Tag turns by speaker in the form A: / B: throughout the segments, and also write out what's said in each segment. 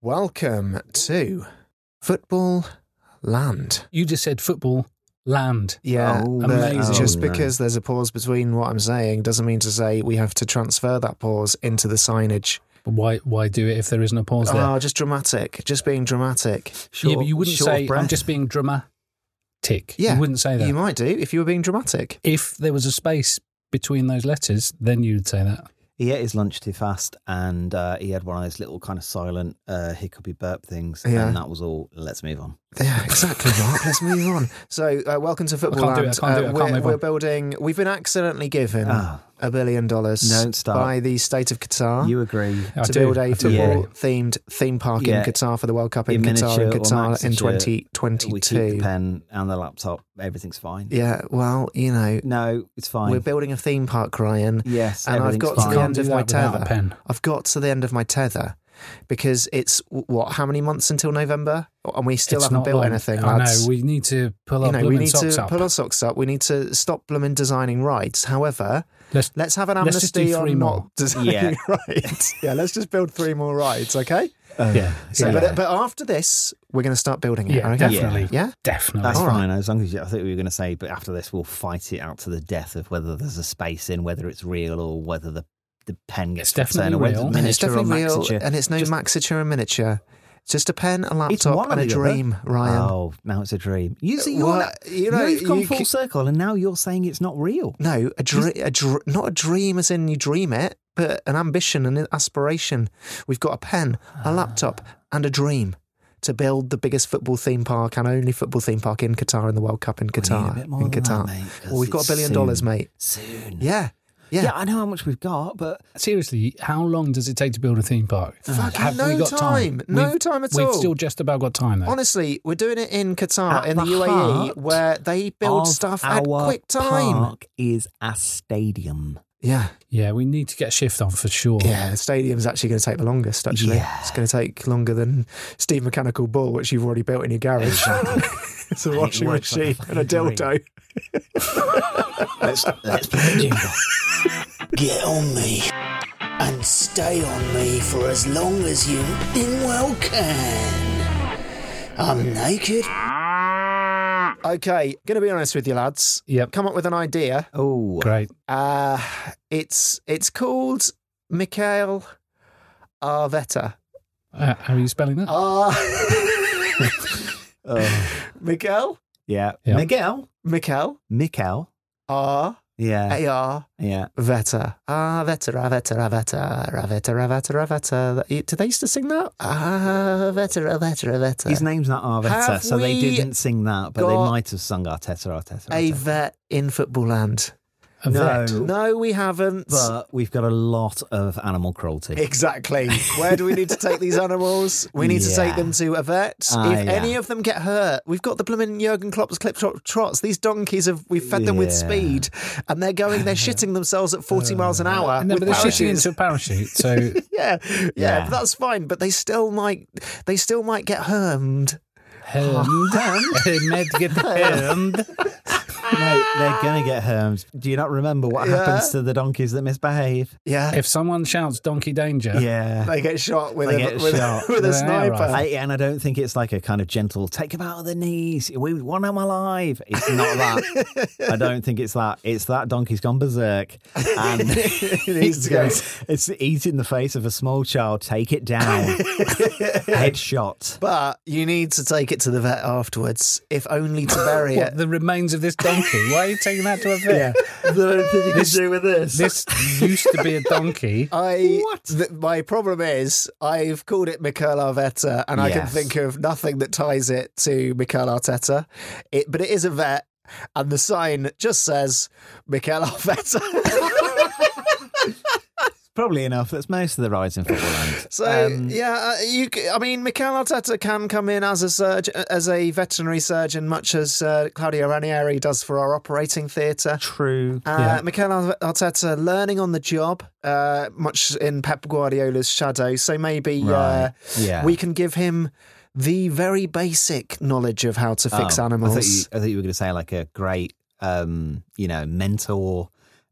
A: Welcome to Football Land.
B: You just said football land.
A: Yeah,
B: Oh,
A: but
B: amazing.
A: just
C: Oh, no.
A: because there's a pause between what I'm saying doesn't mean to say we have to transfer that pause into the signage.
B: But why why do it if there isn't a pause there?
A: Oh, just dramatic, just being dramatic.
B: yeah, but you wouldn't say I'm just being dramatic.
A: Yeah,
B: You wouldn't say that.
A: You might do if you were being dramatic.
B: If there was a space between those letters, then you'd say that.
C: He ate his lunch too fast, and uh, he had one of those little kind of silent uh, hiccupy burp things,
A: Yeah.
C: and that was all. Let's move on.
A: Yeah, exactly, Mark. Let's move on. So, uh, welcome to Football
B: can't do it, I
A: Land. Uh,
B: can't do it, I can't
A: we're,
B: move
A: we're
B: on.
A: building. We've been accidentally given
C: Ah.
A: a billion dollars
C: Don't start.
A: by the state of Qatar
C: You agree?
B: I
A: to
B: do,
A: build a
B: I do.
C: Yeah.
A: football-themed theme park
C: Yeah.
A: in Qatar for the World Cup in,
C: In
A: Qatar in
C: miniature or
A: Qatar in
C: maxiture, We keep the
A: 2022.
C: pen and the laptop. Everything's fine.
A: Yeah, well, you know,
C: No, it's fine.
A: we're building a theme park, Ryan.
C: Yes,
A: and I've
C: everything's
A: got to
C: fine.
A: the
B: Can't
A: end
B: do
A: of
B: that
A: my
B: without
A: tether.
B: a pen.
A: I've got to the end of my tether because it's what? How many months until November? And we still
B: It's
A: haven't
B: not
A: built
B: long.
A: anything.
B: I
A: lads.
B: know. We need to pull
A: you
B: our
A: know, we
B: blooming
A: need
B: socks
A: to
B: up.
A: pull our socks up. We need to stop blooming designing rights. However,
B: Let's-
A: let's have an
B: let's just do
A: amnesty
B: three
A: on
B: more.
A: not designing
C: Yeah.
A: rights. Yeah, let's just build three more rights, okay?
B: yeah.
A: So,
B: yeah.
A: but, but after this, we're going to start building it.
B: Yeah,
A: okay?
B: definitely.
A: Yeah.
B: Definitely.
C: That's
A: All right.
C: fine. As long as you, I think we were going to say, but after this, we'll fight it out to the death of whether there's a space in, whether it's real or whether the the pen gets
B: It's definitely
C: turned or whether
B: real.
C: it's
A: And it's
C: miniature or
A: definitely real,
C: maxiture.
A: and it's no
C: Just-
A: maxiture and miniature. It's just a pen, a
C: It's
A: laptop,
C: one
A: and
C: or
A: a
C: the other.
A: dream, Ryan. Uh,
C: Oh, now it's a dream. You see, you're
A: Well,
C: not-
A: you
C: you
A: know,
C: know, you've gone
A: you
C: full
A: keep-
C: circle, and now you're saying it's not real.
A: No, a dr- a dr- not a dream as in you dream it, but an ambition and an aspiration. We've got a pen,
C: Ah.
A: a laptop, and a dream to build the biggest football theme park and only football theme park in Qatar and the World Cup in
C: We need a
A: Qatar.
C: bit more
A: in
C: than that,
A: Qatar,
C: mate, 'cause
A: well, we've got a
C: it's
A: billion
C: soon.
A: dollars, mate.
C: Soon.
A: Yeah, yeah.
C: yeah, I know how much we've got, but
B: Seriously, how long does it take to build a theme park?
A: Fucking
B: Have we
A: no
B: got time?
A: time. No
B: We've-
A: time at
B: we've
A: all.
B: still just about got time, though.
A: Honestly, we're doing it in Qatar,
C: At
A: in the,
C: the
A: UAE,
C: heart
A: where they build
C: of
A: stuff
C: our
A: at quick time.
C: Park is a stadium.
A: Yeah,
B: Yeah, we need to get a shift on for sure.
A: Yeah, the stadium's actually going to take the longest, actually.
C: Yeah.
A: It's going to take longer than Steve Mechanical Bull, which you've already built in your garage. it's a
C: And it
A: washing
C: works like a
A: machine and a
C: fucking
A: dildo.
C: Let's let's play a jingle.
D: Get on me and stay on me for as long as you in well can. I'm naked.
A: Okay, going to be honest with you, lads.
B: Yep.
A: Come up with an idea.
C: Oh,
B: Great.
A: Uh, it's it's called Mikhail Arvetta.
B: Uh, how are you spelling that?
A: Ah,
C: oh.
A: Miguel?
C: yeah.
B: Yeah.
C: Miguel,
A: Mikhail
C: Mikel.
A: R
C: Yeah,
A: A R
C: yeah.
A: Veta. Ah, Veta, Raveta, Raveta, Raveta, Raveta, Raveta. Did they used to sing that? Ah, Veta, Raveta, Raveta.
C: His name's not Arteta,
A: Have
C: so they
A: we
C: didn't sing that, but they
A: got
C: might have sung Arteta, Arteta.
A: a
C: Arteta.
A: vet in football land.
B: A
C: no. Uh,
B: vet.
A: No, we haven't.
C: But we've got a lot of animal cruelty.
A: exactly. Where do we need to take these animals? We need to take
C: Yeah.
A: them to a vet.
C: Ah,
A: if
C: yeah.
A: any of them get hurt, we've got the blooming Jurgen Klopp's clip trot, trots. These donkeys have we've fed them with
C: Yeah.
A: speed, and they're going. They're shitting themselves at forty miles an hour.
B: No,
A: with
B: but they're shooting
A: parachutes.
B: into a parachute, so
A: yeah, yeah,
C: Yeah.
A: but that's fine. But they still might, they still might get hermed.
B: uh, Hermed. Hermed get hermed.
C: Mate, they're gonna get herms. Do you not remember what
A: Yeah.
C: happens to the donkeys that misbehave?
A: Yeah,
B: If someone shouts donkey danger,
C: Yeah.
A: they get shot with
C: They
A: a
C: get
A: with,
C: shot.
A: A, with a
B: They're
A: sniper.
B: right.
C: I, and I don't think it's like a kind of gentle take him out of the knees. We want him alive. It's not that. I don't think it's that. It's that donkey's gone berserk and
A: needs
C: it's,
A: to go.
C: going, it's eating the face of a small child. Take it down. Headshot.
A: But you need to take it to the vet afterwards, if only to bury
B: What,
A: it.
B: the remains of this donkey? Why are you taking that to a vet?
A: I don't think you can do with
B: This used to be a donkey.
C: Uh,
A: I th- my problem is I've called it Mikel Arteta, and I can
C: Yes.
A: think of nothing that ties it to Mikel Arteta. It, but it is a vet, and the sign just says Mikel Arteta.
C: Probably enough. That's most of the rides in football land.
A: so
C: Um,
A: yeah, uh, you. c- I mean, Mikel Arteta can come in as a surge, as a veterinary surgeon, much as uh, Claudio Ranieri does for our operating theatre.
C: True.
A: Uh, Mikel Arteta learning on the job, uh, much in Pep Guardiola's shadow. So maybe uh,
C: Right. Yeah.
A: we can give him the very basic knowledge of how to fix
C: Oh, I thought, you,
A: animals.
C: I thought you were going to say like a great, um, you know, mentor,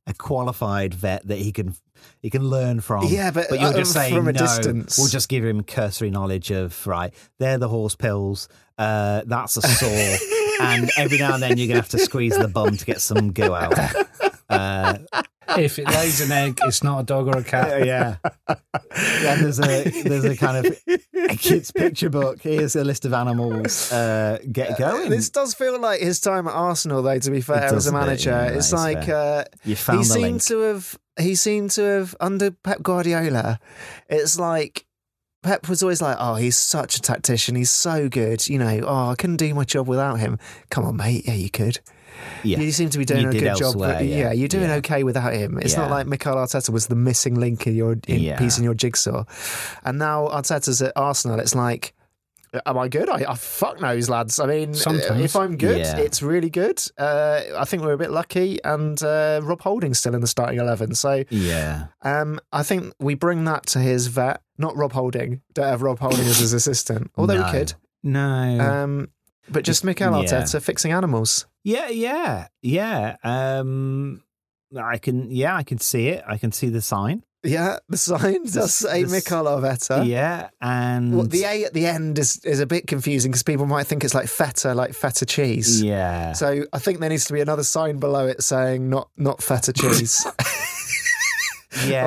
C: a qualified vet that he can he can learn from.
A: Yeah, but,
C: you're
A: uh,
C: just
A: um,
C: saying
A: from a
C: no,
A: distance.
C: We'll just give him cursory knowledge of right. They're the horse pills. Uh, that's a sore, and every now and then you're going to have to squeeze the bum to get some goo out. Uh,
B: If it lays an egg, it's not a dog or a cat.
C: yeah. Then there's a there's a kind of a kid's picture book. Here's a list of animals. Uh, get going.
A: This does feel like his time at Arsenal, though. To be fair, as
C: does
A: a
C: a bit,
A: manager,
C: yeah, that
A: it's
C: is
A: like
C: fair.
A: uh,
C: You
A: he
C: found the
A: seemed
C: link.
A: to have. He seemed to have under Pep Guardiola. It's like Pep was always like, "Oh, he's such a tactician. He's so good. You know, oh, I couldn't do my job without him. Come on, mate. Yeah, you could.
C: Yeah.
A: You seem to be doing
C: You
A: a
C: did
A: good job.
C: elsewhere,
A: But yeah.
C: yeah.
A: you're doing
C: Yeah.
A: okay without him. It's not
C: Yeah.
A: like Mikel Arteta was the missing link in your in
C: Yeah.
A: piece in your jigsaw. And now Arteta's at Arsenal. It's like, am I good? I, I fuck knows, lads. I mean, uh,
B: Sometimes.
A: if I'm good,
C: Yeah.
A: it's really good. Uh, I think we're a bit lucky. And uh, Rob Holding's still in the starting eleven, so
C: Yeah.
A: um, I think we bring that to his vet, not Rob Holding. Don't have Rob Holding as his assistant, although
C: No.
A: we could.
C: No.
A: Um, but just Mikel
C: Yeah.
A: Arteta fixing animals.
C: yeah, yeah, yeah. Um, I can, yeah, I can see it. I can see the sign.
A: Yeah, the sign does say
C: this-
A: Mikel Arteta.
C: Yeah, and
A: Well, Uh, the A at the end is, is a bit confusing because people might think it's like feta, like feta cheese.
C: yeah,
A: So I think there needs to be another sign below it saying not not feta cheese.
C: yeah,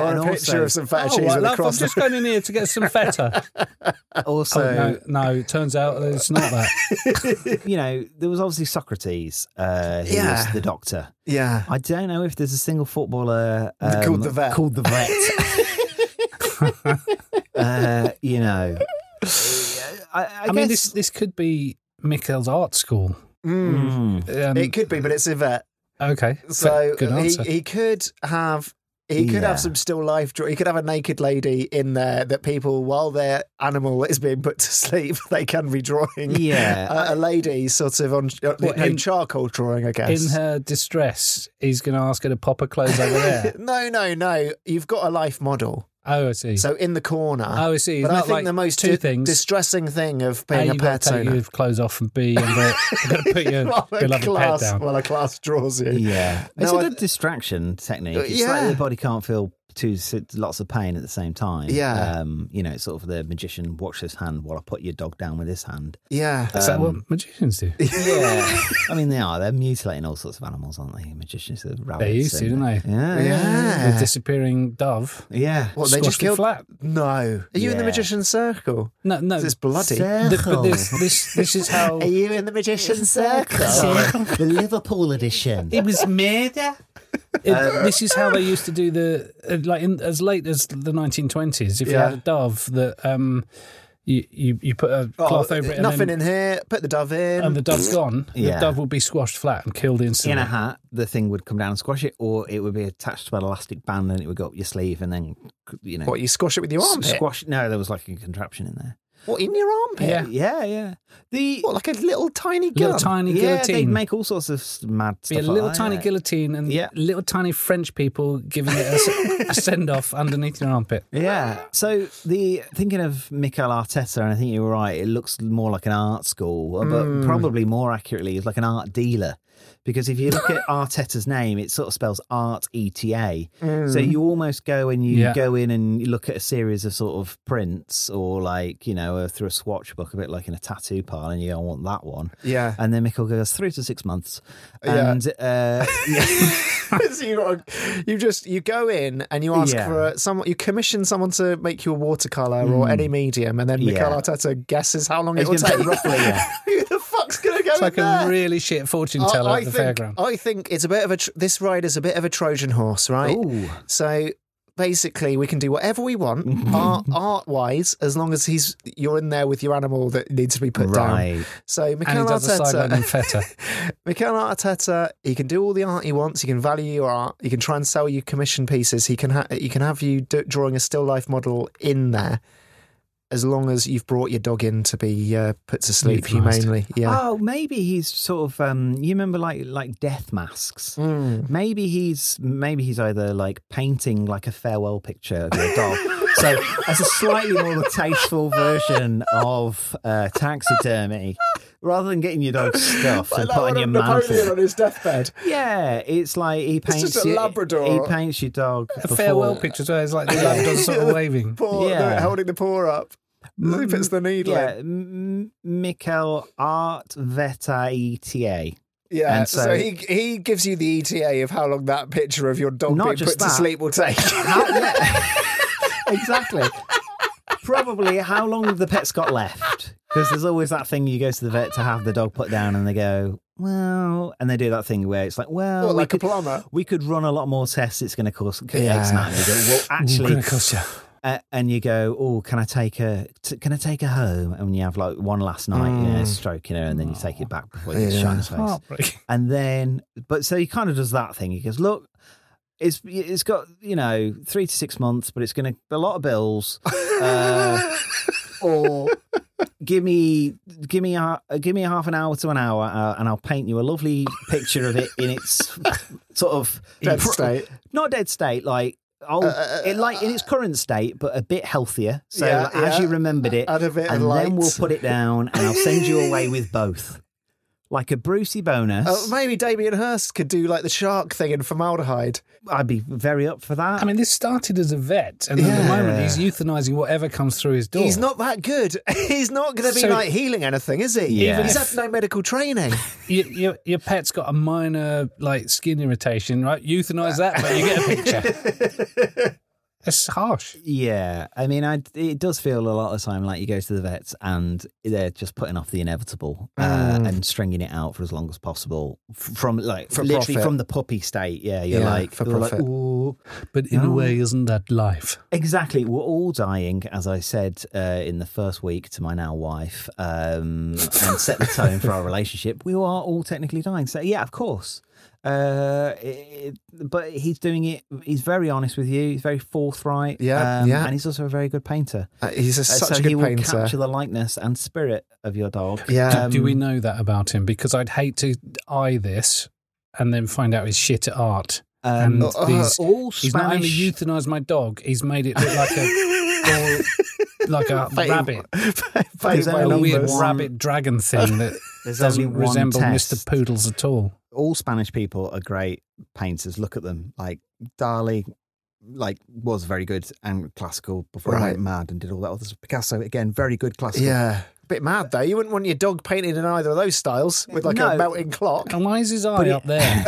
A: or
C: and
A: a picture
C: also,
A: of some feta
B: oh,
A: cheese with
B: right,
A: a
B: love, I'm
A: cross.
B: just going in here to get some feta.
C: also,
B: oh, no, no, it turns out that it's not that.
C: you know, there was obviously Socrates, uh, who
A: Yeah.
C: was the doctor.
A: yeah.
C: I don't know if there's a single footballer
A: Called
C: um,
A: the vet.
C: Called the vet. uh, you know, I, I,
B: I,
C: guess,
B: mean, this this could be Mikkel's art school.
A: Mm.
C: Mm,
B: Um,
A: it could be, but it's Yvette.
B: okay,
A: So
B: good
A: he,
B: answer.
A: he could have he could
C: Yeah.
A: have some still life draw. He could have a naked lady in there that people, while their animal is being put to sleep, they can be drawing.
C: Yeah.
A: a, a lady sort of on uh,
B: What,
A: no,
B: in-
A: charcoal drawing, I guess.
B: In her distress, he's going to ask her to pop her clothes over there.
A: no, no, no. You've got a life model.
B: Oh, I see.
A: So in the corner.
B: Oh, I see. It's
A: But I
B: not
A: think
B: like
A: the most
B: two
A: di-
B: things.
A: distressing thing of
B: a,
A: being a
B: you've got
A: pet
B: to take
A: owner.
B: your clothes off, and B, I'm going to put your,
A: While
B: your
A: a
B: lovely pet
A: class,
B: down.
A: while a class draws you.
C: Yeah, it's
A: No,
C: a
A: I-
C: good distraction technique. It's
A: Yeah.
C: like the body can't feel two si- lots of pain at the same time.
A: Yeah.
C: um, you know, it's sort of the magician. Watch this hand while I put your dog down with this hand.
A: Yeah.
B: Is that
A: Um,
B: what magicians do?
C: Yeah, I mean they are. They're mutilating all sorts of animals, aren't they? Magicians, the rabbits.
B: They used to,
C: and-
B: didn't they?
C: Yeah, yeah,
A: Yeah.
B: The disappearing dove.
C: yeah.
A: What, they just
B: squashed it
A: killed?
B: flat.
A: No. Are you in the
C: Yeah.
A: magician's circle?
B: No, no.
A: Is this bloody?
B: Th- but
C: Circle.
B: this, this, this is how
A: Are you in the magician's circle?
C: the Liverpool edition.
B: it was murder.
A: Uh,
B: this is how they used to do the uh, like in, as late as the 1920s. If you
A: Yeah.
B: had a dove that um, you, you you put a
A: Oh,
B: cloth over it, and
A: nothing
B: then,
A: in here. Put the dove in.
B: and the dove's gone,
C: Yeah.
B: the dove will be squashed flat and killed
C: In
B: instantly.
C: a hat, the thing would come down and squash it, or it would be attached to an elastic band and it would go up your sleeve and then, you know,
A: what you squash it with your
C: s-
A: armpit?
C: squash. No, there was like a contraption in there.
A: what in your armpit?
B: Yeah.
C: Yeah, yeah. The
A: What like a little tiny gun?
B: little tiny
C: yeah, they
B: guillotine.
C: make all sorts of s- mad
B: be
C: stuff.
B: a little
C: like that,
B: tiny
C: yeah.
B: guillotine and
C: Yeah.
B: little tiny French people giving it a s- a, send off underneath your armpit.
C: Yeah. So the thinking of Mikel Arteta, and I uh,
A: Hmm.
C: think you were right. It looks more like an art school, but probably more accurately, it's like an art dealer. because if you look at Arteta's name, it sort of spells Art ETA. So
A: Hmm.
C: you almost go and you
B: Yeah.
C: go in and you look at a series of sort of prints or like, you know, uh, through a swatch book, a bit like in a tattoo parlor, and you go, I want that one.
A: Yeah.
C: And then Michael goes, three to six months.
A: Yeah.
C: And uh,
A: so you, got to, you just you go in and you ask
C: Yeah.
A: for a, someone. You commission someone to make you a watercolor or
B: Hmm.
A: any medium, and then Mikel
C: Yeah.
A: Arteta guesses how long it
C: it's
A: will
C: going to
A: take.
C: take roughly, yeah.
A: Who the fuck's gonna go
B: It's like
A: in there?
B: a really shit fortune teller
A: I, I
B: at the
A: think,
B: fairground.
A: I think it's a bit of a. Tr- this ride is a bit of a Trojan horse, right?
C: Ooh.
A: So basically, we can do whatever we want, art, art-wise, as long as he's you're in there with your animal that needs to be put down.
C: Right.
A: So
B: and
A: Mikel
B: he does a
A: Arteta,
B: sideline on feta.
A: Mikel Arteta, he can do all the art he wants. He can value your art. He can try and sell you commission pieces. He can ha- he can have you do- drawing a still life model in there. As long as you've brought your dog in to be uh, put to sleep
B: Euthanized.
A: humanely, yeah.
C: Oh, maybe he's sort of. Um, you remember like like death masks. Maybe he's maybe he's either like painting like a farewell picture of your dog. so as a slightly more tasteful version of uh, taxidermy, rather than getting your dog stuffed and put on your mantle.
A: his deathbed.
C: Yeah, it's like he paints
A: just a
C: your-
A: Labrador.
C: He paints your dog.
B: A
C: before-
B: farewell picture as well. It's like the Labrador sort of waving.
A: Paw-
C: Yeah. Mm,
A: they're holding the paw up. He puts the needle
C: Yeah,
A: in.
C: M- Mikel E Art Veta ETA.
A: Yeah.
C: and
A: so
C: so-
A: he he gives you the ETA of how long that picture of your dog
C: Not
A: being put
C: just
A: to
C: that.
A: sleep will take.
C: How- yeah. exactly. Probably how long the pet's got left. Because there's always that thing you go to the vet to have the dog put down and they go, well, and they do that thing where it's like, well,
A: Well,
C: we,
A: like a
C: could,
A: plumber.
C: we could run a lot more tests. It's going to cost
A: Yeah.
C: X amount. They go, Well, actually, uh, and you go, oh, can I take her? T- can I take her home? And you have like one last night, you
A: Mm.
C: know, stroking her, and then you take it back before you shine his face.
B: Heartbreaking.
C: And then, but so he kind of does that thing. He goes, look, it's it's got you know three to six months, but it's going to a lot of bills. Uh, or give me give me a give me half an hour to an hour, uh, and I'll paint you a lovely picture of it in its sort of
A: Dead state. Uh,
C: not dead state, like. Oh, it like in its current state, but a bit healthier. So
A: Yeah,
C: as
A: yeah.
C: you remembered it,
A: Add a bit of
C: and
A: light.
C: then we'll put it down, and I'll send you away with both, like a Brucey bonus.
A: Oh, maybe Damien Hirst could do like the shark thing in formaldehyde.
C: I'd be very up for that.
B: I mean, this started as a vet, and at the
A: Yeah.
B: moment he's euthanizing whatever comes through his door.
A: He's not that good. He's not going to be
B: So-
A: like healing anything, is he?
C: Yeah.
A: He's had no medical training.
B: your, your, your pet's got a minor like skin irritation, right? Euthanize that, but you get a picture. That's harsh.
C: yeah, I mean, I it does feel a lot of the time like you go to the vets and they're just putting off the inevitable uh, and stringing it out for as long as possible f- from like
A: Mm. For
C: literally
A: profit.
C: from the puppy state. Yeah, you're
A: Yeah,
C: like,
A: for
C: you're like,
A: profit.
C: "Ooh."
B: But in a way, isn't that life?
C: exactly. We're all dying, as I said uh, in the first week to my now wife, um, and set the tone for our relationship. We are all technically dying. So yeah, of course. Uh, it, it- but he's doing it. He's very honest with you. He's very forthright.
A: Yeah,
C: um,
A: yeah.
C: And he's also a very good painter.
A: Uh, he's a,
C: Uh,
A: such
C: so
A: a good
C: he will
A: painter.
C: capture the likeness and spirit of your dog.
A: Yeah.
B: Do, do
C: Um,
B: we know that about him? Because I'd hate to eye this and then find out he's shit at art.
C: Um,
B: and
A: uh,
B: these,
C: all
B: he's not only
C: Spanish-
B: euthanized my dog, he's made it look like a or like a rabbit,
A: Painted by
C: There's
B: a
C: only
B: weird
A: numbers.
C: one-
B: rabbit dragon thing that
C: There's
B: doesn't
C: only one
B: resemble
C: test.
B: Mr. Poodles at all.
C: All Spanish people are great painters. Look at them. Like Dali, like was very good and classical before he
A: Right.
C: went mad and did all that. Others Picasso again, very good classical.
A: Yeah. Bit mad though. You wouldn't want your dog painted in either of those styles with like a
C: No.
A: melting clock.
B: And why is his eye
C: it-
B: up there?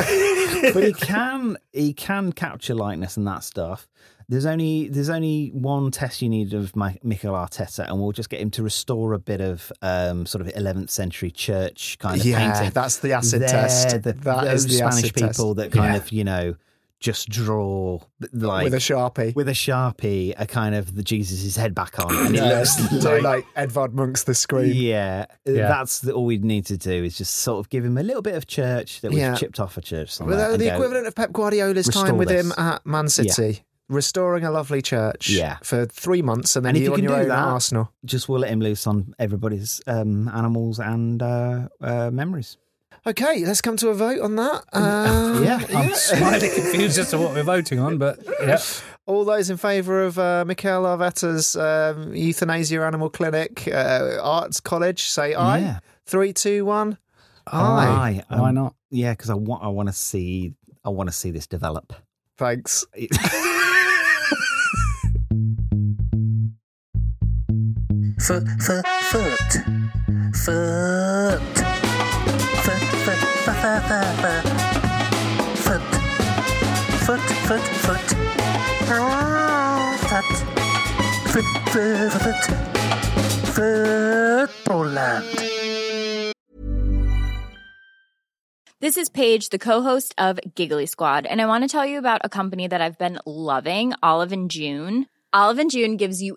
C: but he can he can capture likeness and that stuff. There's only there's only one test you need of Mi- Mikel Arteta, and we'll just get him to restore a bit of um, sort of 11th century church kind of
A: Yeah,
C: painting.
A: that's the acid
C: They're
A: test.
C: The,
A: That
C: those
A: is the
C: Spanish
A: acid test.
C: people that kind
B: Yeah.
C: of you know just draw like
A: with a sharpie.
C: with a sharpie, a kind of the Jesus' head back on, and it
A: Yeah,
C: looks
A: so,
C: like.
A: like Edvard Monk's The Scream.
C: Yeah,
B: Yeah.
C: that's the, all we need to do is just sort of give him a little bit of church that we've
A: Yeah.
C: chipped off a
A: Well,
C: church. somewhere
A: that was
C: and
A: the
C: go,
A: equivalent of Pep Guardiola's time
C: Restore
A: with him
C: this.
A: at Man City, restoring a lovely church
C: Yeah.
A: for three months, and then
C: And if
A: you
C: you
A: on
C: can
A: your
C: do
A: own at
C: that-
A: Arsenal.
C: just we'll let him loose on everybody's um, animals and uh, uh, memories.
A: Okay, let's come to a vote on that. Um,
C: yeah.
B: I'm slightly confused as to what we're voting on, but yeah.
A: All those in favour of uh, Mikel Arveta's um, euthanasia animal clinic uh, arts college, say aye.
C: Yeah.
A: Three, two, one. Aye.
C: I, um,
B: Why not?
C: Yeah, because I want I want to see I want to see this develop.
A: Thanks.
D: Foot, foot, foot, foot, foot, foot, foot, foot, foot, foot, foot, Ah, foot, foot, foot, foot, foot, Poland.
E: This is Paige, the co-host of Giggly Squad, and I want to tell you about a company that I've been loving, Olive and June. Olive and June gives you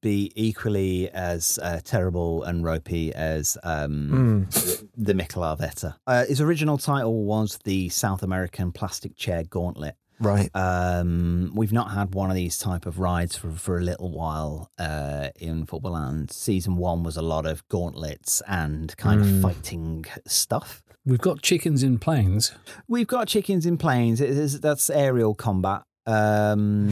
C: be equally as uh, terrible and ropey as um, the Mikel Arvetta. Uh, his original title was the South American Plastic Chair Gauntlet.
A: Right.
C: Um, we've not had one of these type of rides for, for a little while uh, in football land. Season one was a lot of gauntlets and kind of fighting stuff.
B: We've got chickens in planes.
C: We've got chickens in planes. It is, that's aerial combat. Um,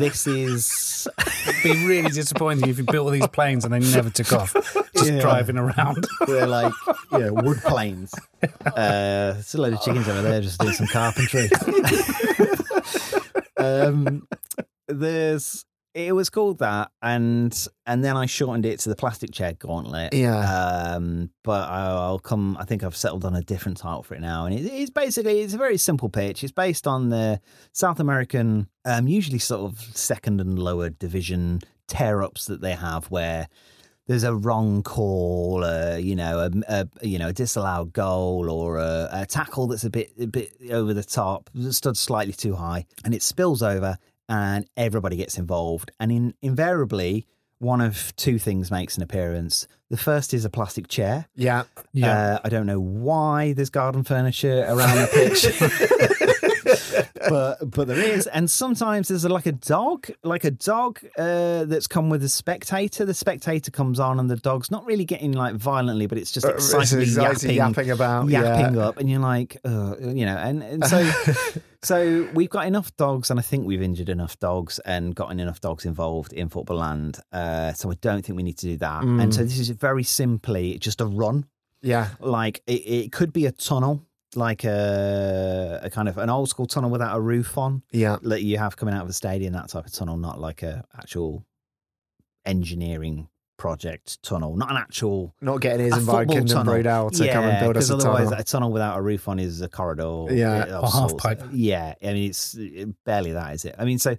C: this is
B: It'd be really disappointing if you built all these planes and they never took off, just
C: Yeah.
B: driving around.
C: we're like you know wood planes. Uh, it's a load of chickens over there just doing some carpentry. um, there's it was called that, and and then I shortened it to the plastic chair gauntlet.
A: Yeah.
C: Um, but I, I'll come. I think I've settled on a different title for it now, and it, it's basically it's a very simple pitch. It's based on the South American, um, usually sort of second and lower division tear ups that they have where there's a wrong call, uh, you know, a, a you know a disallowed goal or a, a tackle that's a bit a bit over the top, stood slightly too high, and it spills over, and everybody gets involved, and in, invariably one of two things makes an appearance. The first is a plastic chair.
A: Yeah.
C: Uh, I don't know why there's garden furniture around the pitch. but but there is, and sometimes there's like a dog, like a dog uh, that's come with a spectator. The spectator comes on, and the dog's not really getting like violently, but it's just
A: Uh, it's
C: excitedly
A: excited
C: yapping,
A: yapping about, yeah.
C: yapping up, and you're like, Ugh, you know, and, and so so we've got enough dogs, and I think we've injured enough dogs and gotten enough dogs involved in football land. Uh, so I don't think we need to do that. And
A: Mm.
C: so this is very simply just a run
A: Yeah.
C: like it, it could be a tunnel like a, a kind of an old school tunnel without a roof on
A: Yeah.
C: that you have coming out of a stadium that type of tunnel not like a actual engineering project tunnel, not an actual
A: Not getting his
C: a
A: invited
C: football
A: Kingdom
C: tunnel.
A: Brudel to come and build us
C: 'cause
A: a
C: otherwise
A: tunnel.
C: a tunnel without a roof on is a corridor.
A: Yeah,
C: uh, of
B: or half
C: sorts.
B: pipe.
C: Yeah, I mean it's uh, barely that, is it? I mean, so,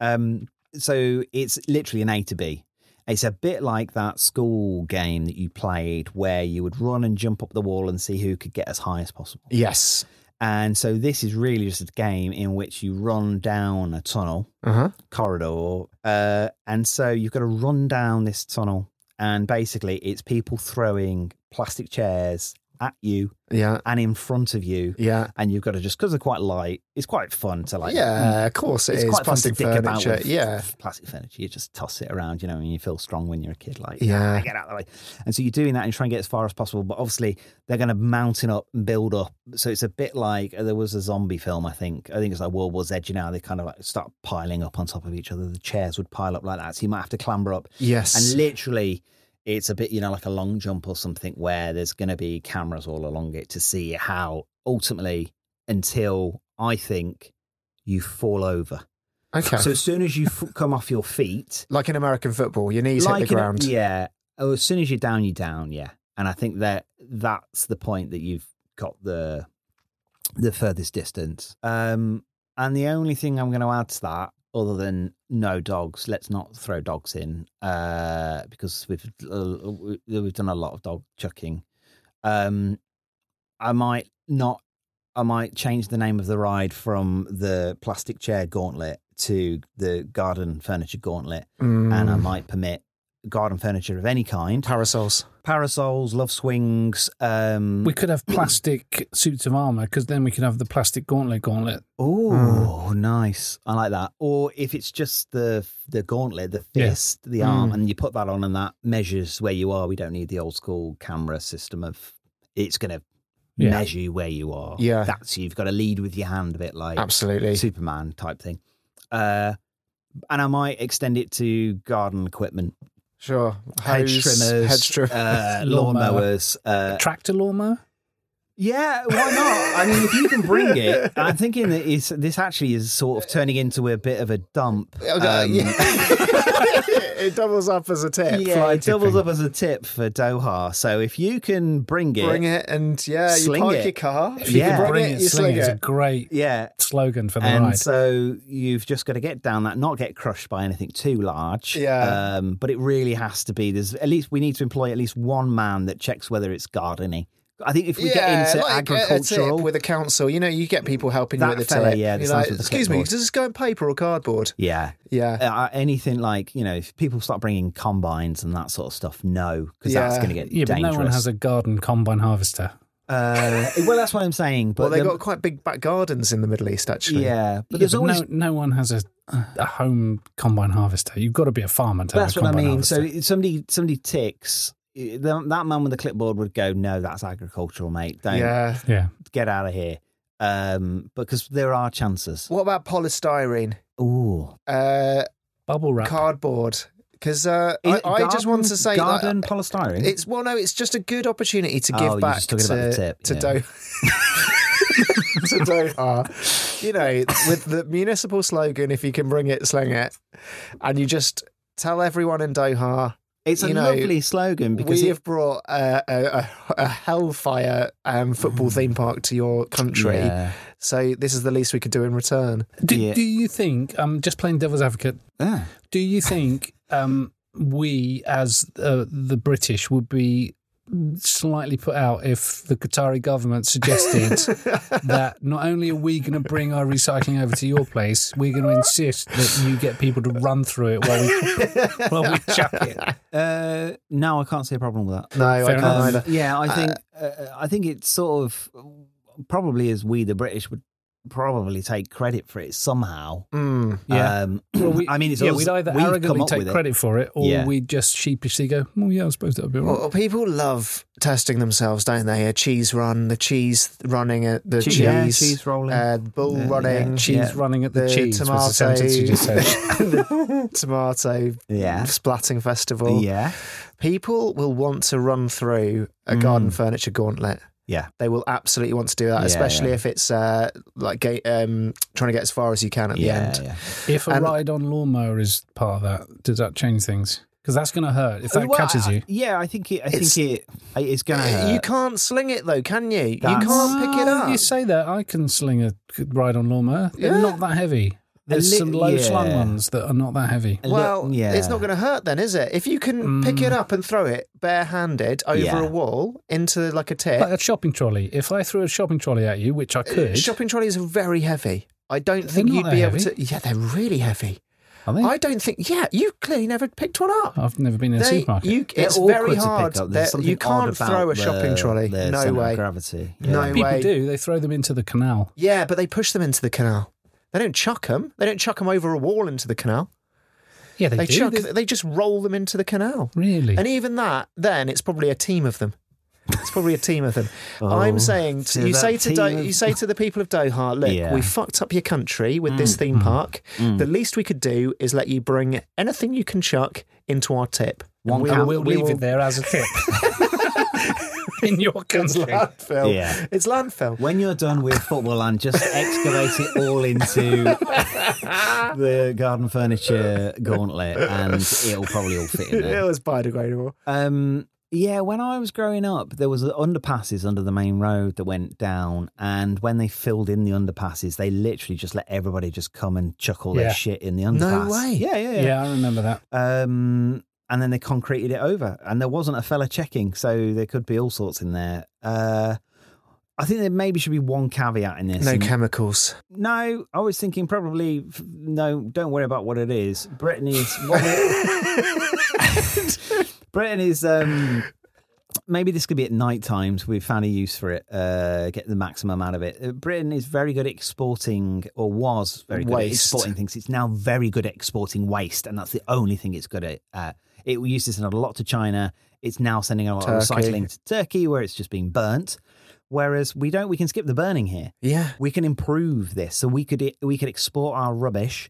C: um, so it's literally an A to B. It's a bit like that school game that you played where you would run and jump up the wall and see who could get as high as possible.
A: Yes.
C: And so this is really just a game in which you run down a tunnel
A: Uh huh.
C: corridor. Uh, and so you've got to run down this tunnel. And basically, it's people throwing plastic chairs at you
A: Yeah.
C: and in front of you.
A: Yeah.
C: And you've got to just, because they're quite light, it's quite fun to like. mm,
A: yeah, of course it
C: It's
A: is.
C: quite
A: Plastic
C: fun to dick about
A: furniture.
C: with
A: Yeah.
C: f- plastic furniture. You just toss it around, you know, and you feel strong when you're a kid. Like,
A: Yeah.
C: "Ah, get out of the way. And so you're doing that and trying to get as far as possible. But obviously, they're going to mountain up and build up. So it's a bit like uh, there was a zombie film. I think I think it's like World War Z. You know, they kind of like start piling up on top of each other. The chairs would pile up like that. So you might have to clamber up.
A: Yes.
C: And literally, it's a bit, you know, like a long jump or something where there's going to be cameras all along it to see how ultimately, until I think you fall over.
A: okay.
C: So as soon as you f- come off your feet,
A: like in American football, your knees hit the
C: in a-
A: ground.
C: yeah. Oh, as soon as you're down, you're down. Yeah, and I think that that's the point that you've got the the furthest distance. Um, and the only thing I'm going to add to that, other than no dogs, let's not throw dogs in uh, because we've uh, we- we've done a lot of dog chucking. Um, I might not. I might change the name of the ride from the plastic chair gauntlet to the garden furniture gauntlet, and I might permit garden furniture of any kind,
A: Parasols.
C: parasols, love swings. Um,
B: We could have plastic suits of armor because then we can have the plastic gauntlet gauntlet.
C: Oh, nice! I like that. Or if it's just the the gauntlet, the
B: Yeah.
C: fist, the arm, and you put that on, and that measures where you are. We don't need the old school camera system of it's going to
B: Yeah.
C: measure you where you are.
A: Yeah.
C: that's you've got to lead with your hand a bit, like
A: Absolutely.
C: Superman type thing. Uh, and I might extend it to garden equipment,
A: Sure. Hose,
C: hedge trimmers,
A: Hedge trimmers.
C: uh,
B: Lawnmower.
C: lawnmowers, uh,
B: Tractor lawnmower?
C: yeah, why not? I mean, if you can bring it, I'm thinking that it's, this actually is sort of turning into a bit of a dump.
A: Okay,
C: Um,
A: Oh, yeah. it doubles up as a tip.
C: yeah,
A: Fly
C: it doubles
A: tipping.
C: up as a tip for Doha. So if you can bring it,
A: Bring it and yeah,
C: Sling
A: you park
C: it.
A: your car. If
C: Yeah.
A: you can bring,
B: Bring
A: it,
B: it,
A: you
B: sling
A: sling
B: it is a
A: it.
B: great
C: yeah.
B: slogan for the
C: and
B: ride.
C: so you've just got to get down that, not get crushed by anything too large.
A: Yeah.
C: Um, but it really has to be. There's at least we need to employ at least one man that checks whether it's gardening. I think if we
A: yeah,
C: get into
A: like uh, a- a tip
C: agricultural,
A: with a council, you know, you get people helping you
C: That
A: with the
C: fella,
A: tip.
C: yeah, that
A: You're
C: stands
A: like,
C: with the
A: excuse me,
C: clipboard."
A: does this go in paper or cardboard?
C: yeah,
A: Yeah,
C: uh, anything like you know if people start bringing combines and that sort of stuff no because that's
A: Yeah.
C: going to get
B: yeah, but
C: dangerous
B: no one has a garden combine harvester.
C: uh, well that's what i'm saying but
A: well, they
C: the-
A: got quite big back gardens in the Middle East, actually.
C: yeah but
B: Yeah,
C: there's
B: but
C: always
B: no, no one has a, a home combine harvester. You've got to be a farmer to
C: that's
B: have a
C: what i
B: combine
C: mean
B: harvester.
C: so it- somebody somebody ticks eh, th- that man with the clipboard would go no that's agricultural mate don't
A: yeah.
B: yeah,
C: get out of here um because there are chances
A: What about polystyrene?
C: Ooh.
A: Uh,
B: bubble wrap.
A: cardboard? Because uh, I,
C: Is-
A: I just want
C: garden-
A: to say, like, uh,
C: garden polystyrene
A: It's well, no, it's just a good opportunity to
C: Oh,
A: give
C: you're
A: back
C: just
A: to
C: talking about the tip,
A: to
C: yeah.
A: Do- to Doha. You know, with the municipal slogan, if you can bring it, sling it, and you just tell everyone in Doha.
C: it's a
A: you know,
C: lovely slogan because
A: we
C: it-
A: have brought a, a, a, a hellfire um, football theme park to your country,
C: Mm. Yeah.
A: so this is the least we could do in return.
B: Do,
C: Yeah.
B: do you think? I'm just playing devil's advocate.
C: Yeah.
B: Do you think um, we, as uh, the British, would be slightly put out if the Qatari government suggested that not only are we going to bring our recycling over to your place, we're going to insist that you get people to run through it while we while we chuck it?
C: Uh, no, I can't see a problem with that. Um,
A: No, I can't
B: enough.
A: either.
C: Yeah, I think uh, I think it's sort of probably as we the British would probably take credit for it somehow.
A: Mm.
B: Yeah.
C: Um,
B: Well, we,
C: I mean, it's
B: yeah,
C: us-
B: we'd either
C: we've come
B: arrogantly
C: up
B: take
C: with it.
B: credit for it, or
C: Yeah.
B: we just sheepishly go, "Well, yeah, I suppose that would be all right."
A: Well, people love testing themselves, don't they? A cheese run, the cheese running at the
C: Che-
A: cheese,
C: yeah, cheese rolling.
A: uh, bull
C: Yeah,
A: running,
C: yeah.
B: Cheese running at the, cheese was the sentence you just said.
A: the tomato
C: Yeah.
A: splatting festival.
C: Yeah,
A: People will want to run through a
C: Mm.
A: garden furniture gauntlet.
C: yeah,
A: They will absolutely want to do that,
C: Yeah,
A: especially
C: yeah.
A: if it's uh, like ga- um, trying to get as far as you can at the
C: yeah,
A: end.
C: yeah.
B: If a
A: And-
B: ride on lawnmower is part of that, does that change things? because that's going to hurt if that
C: Well,
B: catches
C: I-
B: you.
C: Yeah, I think it. I
A: It's-
C: think it. It's gonna. Hurt.
A: You can't sling it though, can you?
C: That's-
A: You can't pick it
B: Well,
A: up.
B: Ah, You say that I can sling a ride on lawnmower. They're
A: Yeah.
B: not that heavy. There's
C: li-
B: some low slung
C: yeah.
B: ones that are not that heavy.
C: A
A: well,
C: little- yeah. Mm.
A: it's not going to hurt then, is it? If you can pick it up and throw it barehanded over
C: Yeah.
A: a wall into like a tip,
B: Like a shopping trolley. If I threw a shopping trolley at you, which I could,
A: Uh, shopping trolleys are very heavy. I don't
B: They're
A: think
B: not
A: you'd
B: that
A: be able
B: heavy.
A: to. Yeah, they're really heavy.
B: I think
A: I don't think. Yeah, you clearly never picked one
C: Oh,
A: up.
B: I've never been in a
A: They-
B: supermarket.
A: you-
C: They're
A: it's very
C: awkward to pick
A: hard.
C: up. There's
A: They're-
C: something
A: You
C: odd
A: can't
C: about
A: throw a
C: the-
A: shopping trolley.
C: the
A: No
C: centre of
A: way.
C: Gravity.
A: No
C: Yeah.
B: People
A: way.
B: do. They throw them into the canal.
A: Yeah, but they push them into the canal. They don't chuck them. They don't chuck them over a wall into the canal.
B: Yeah, they,
A: They,
B: do.
A: chuck.
B: They-
A: They just roll them into the canal.
B: really?
A: And even that, then it's probably a team of them. It's probably a team of them.
C: Oh,
A: I'm saying to,
C: to
A: you
C: that
A: say to
C: team
A: Do,
C: of-
A: you say to the people of Doha, look,
C: Yeah. Mm,
A: we fucked up your country with this theme park. The least we could do is let you bring anything you can chuck into our tip.
C: One
B: I
C: count-
B: will
C: we
B: leave it there as a tip. in your country.
A: landfill.
C: Yeah.
A: It's landfill.
C: When you're done with football land, just excavate it all into the garden furniture gauntlet, and it'll probably all fit in
A: It
C: there.
A: was biodegradable.
C: Um, yeah, when I was growing up, there was underpasses under the main road that went down, and when they filled in the underpasses, they literally just let everybody just come and chuck all
B: Yeah.
C: their shit in the underpass.
A: way.
C: Yeah, yeah, yeah.
B: Yeah, I remember that.
C: Um, and then they concreted it over, and there wasn't a fella checking, so there could be all sorts in there. Uh, I think there maybe should be one caveat in this.
A: No
C: and-
A: chemicals.
C: no, I was thinking probably f- no. Don't worry about what it is. Britain is what it- Britain is. Um, maybe this could be at night times. We found a use for it. Uh, get the maximum out of it. Uh, Britain is very good at exporting, or was very good at
A: Waste.
C: exporting things. It's now very good at exporting waste, and that's the only thing it's good at. Uh, it used to send a lot to China. It's now sending a lot of
A: Turkey.
C: recycling to Turkey, where it's just being burnt. Whereas we don't, we can skip the burning here
A: Yeah.
C: we can improve this so we could we could export our rubbish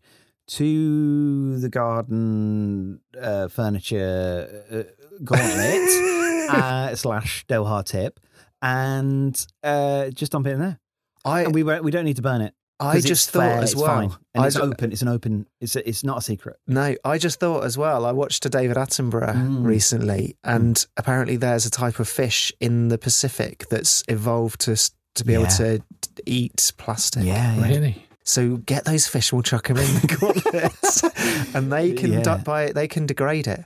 C: to the garden uh, furniture uh, gauntlet uh, slash Doha tip and uh, just dump it in there.
A: I
C: and we won't- we don't need to burn it.
A: I
C: 'cause it's
A: just
C: fair,
A: thought as
C: it's
A: well.
C: fine, and
A: I
C: it's
A: ju-
C: open. It's an open. It's a, it's not a secret.
A: No, I just thought as well. I watched a David Attenborough
B: Mm.
A: recently, and apparently there's a type of fish in the Pacific that's evolved to s- to be able
C: Yeah.
A: to t- eat plastic.
B: Really?
A: So get those fish, we'll chuck them in the gauntlets, and they can
C: Yeah.
A: di- by they can degrade it.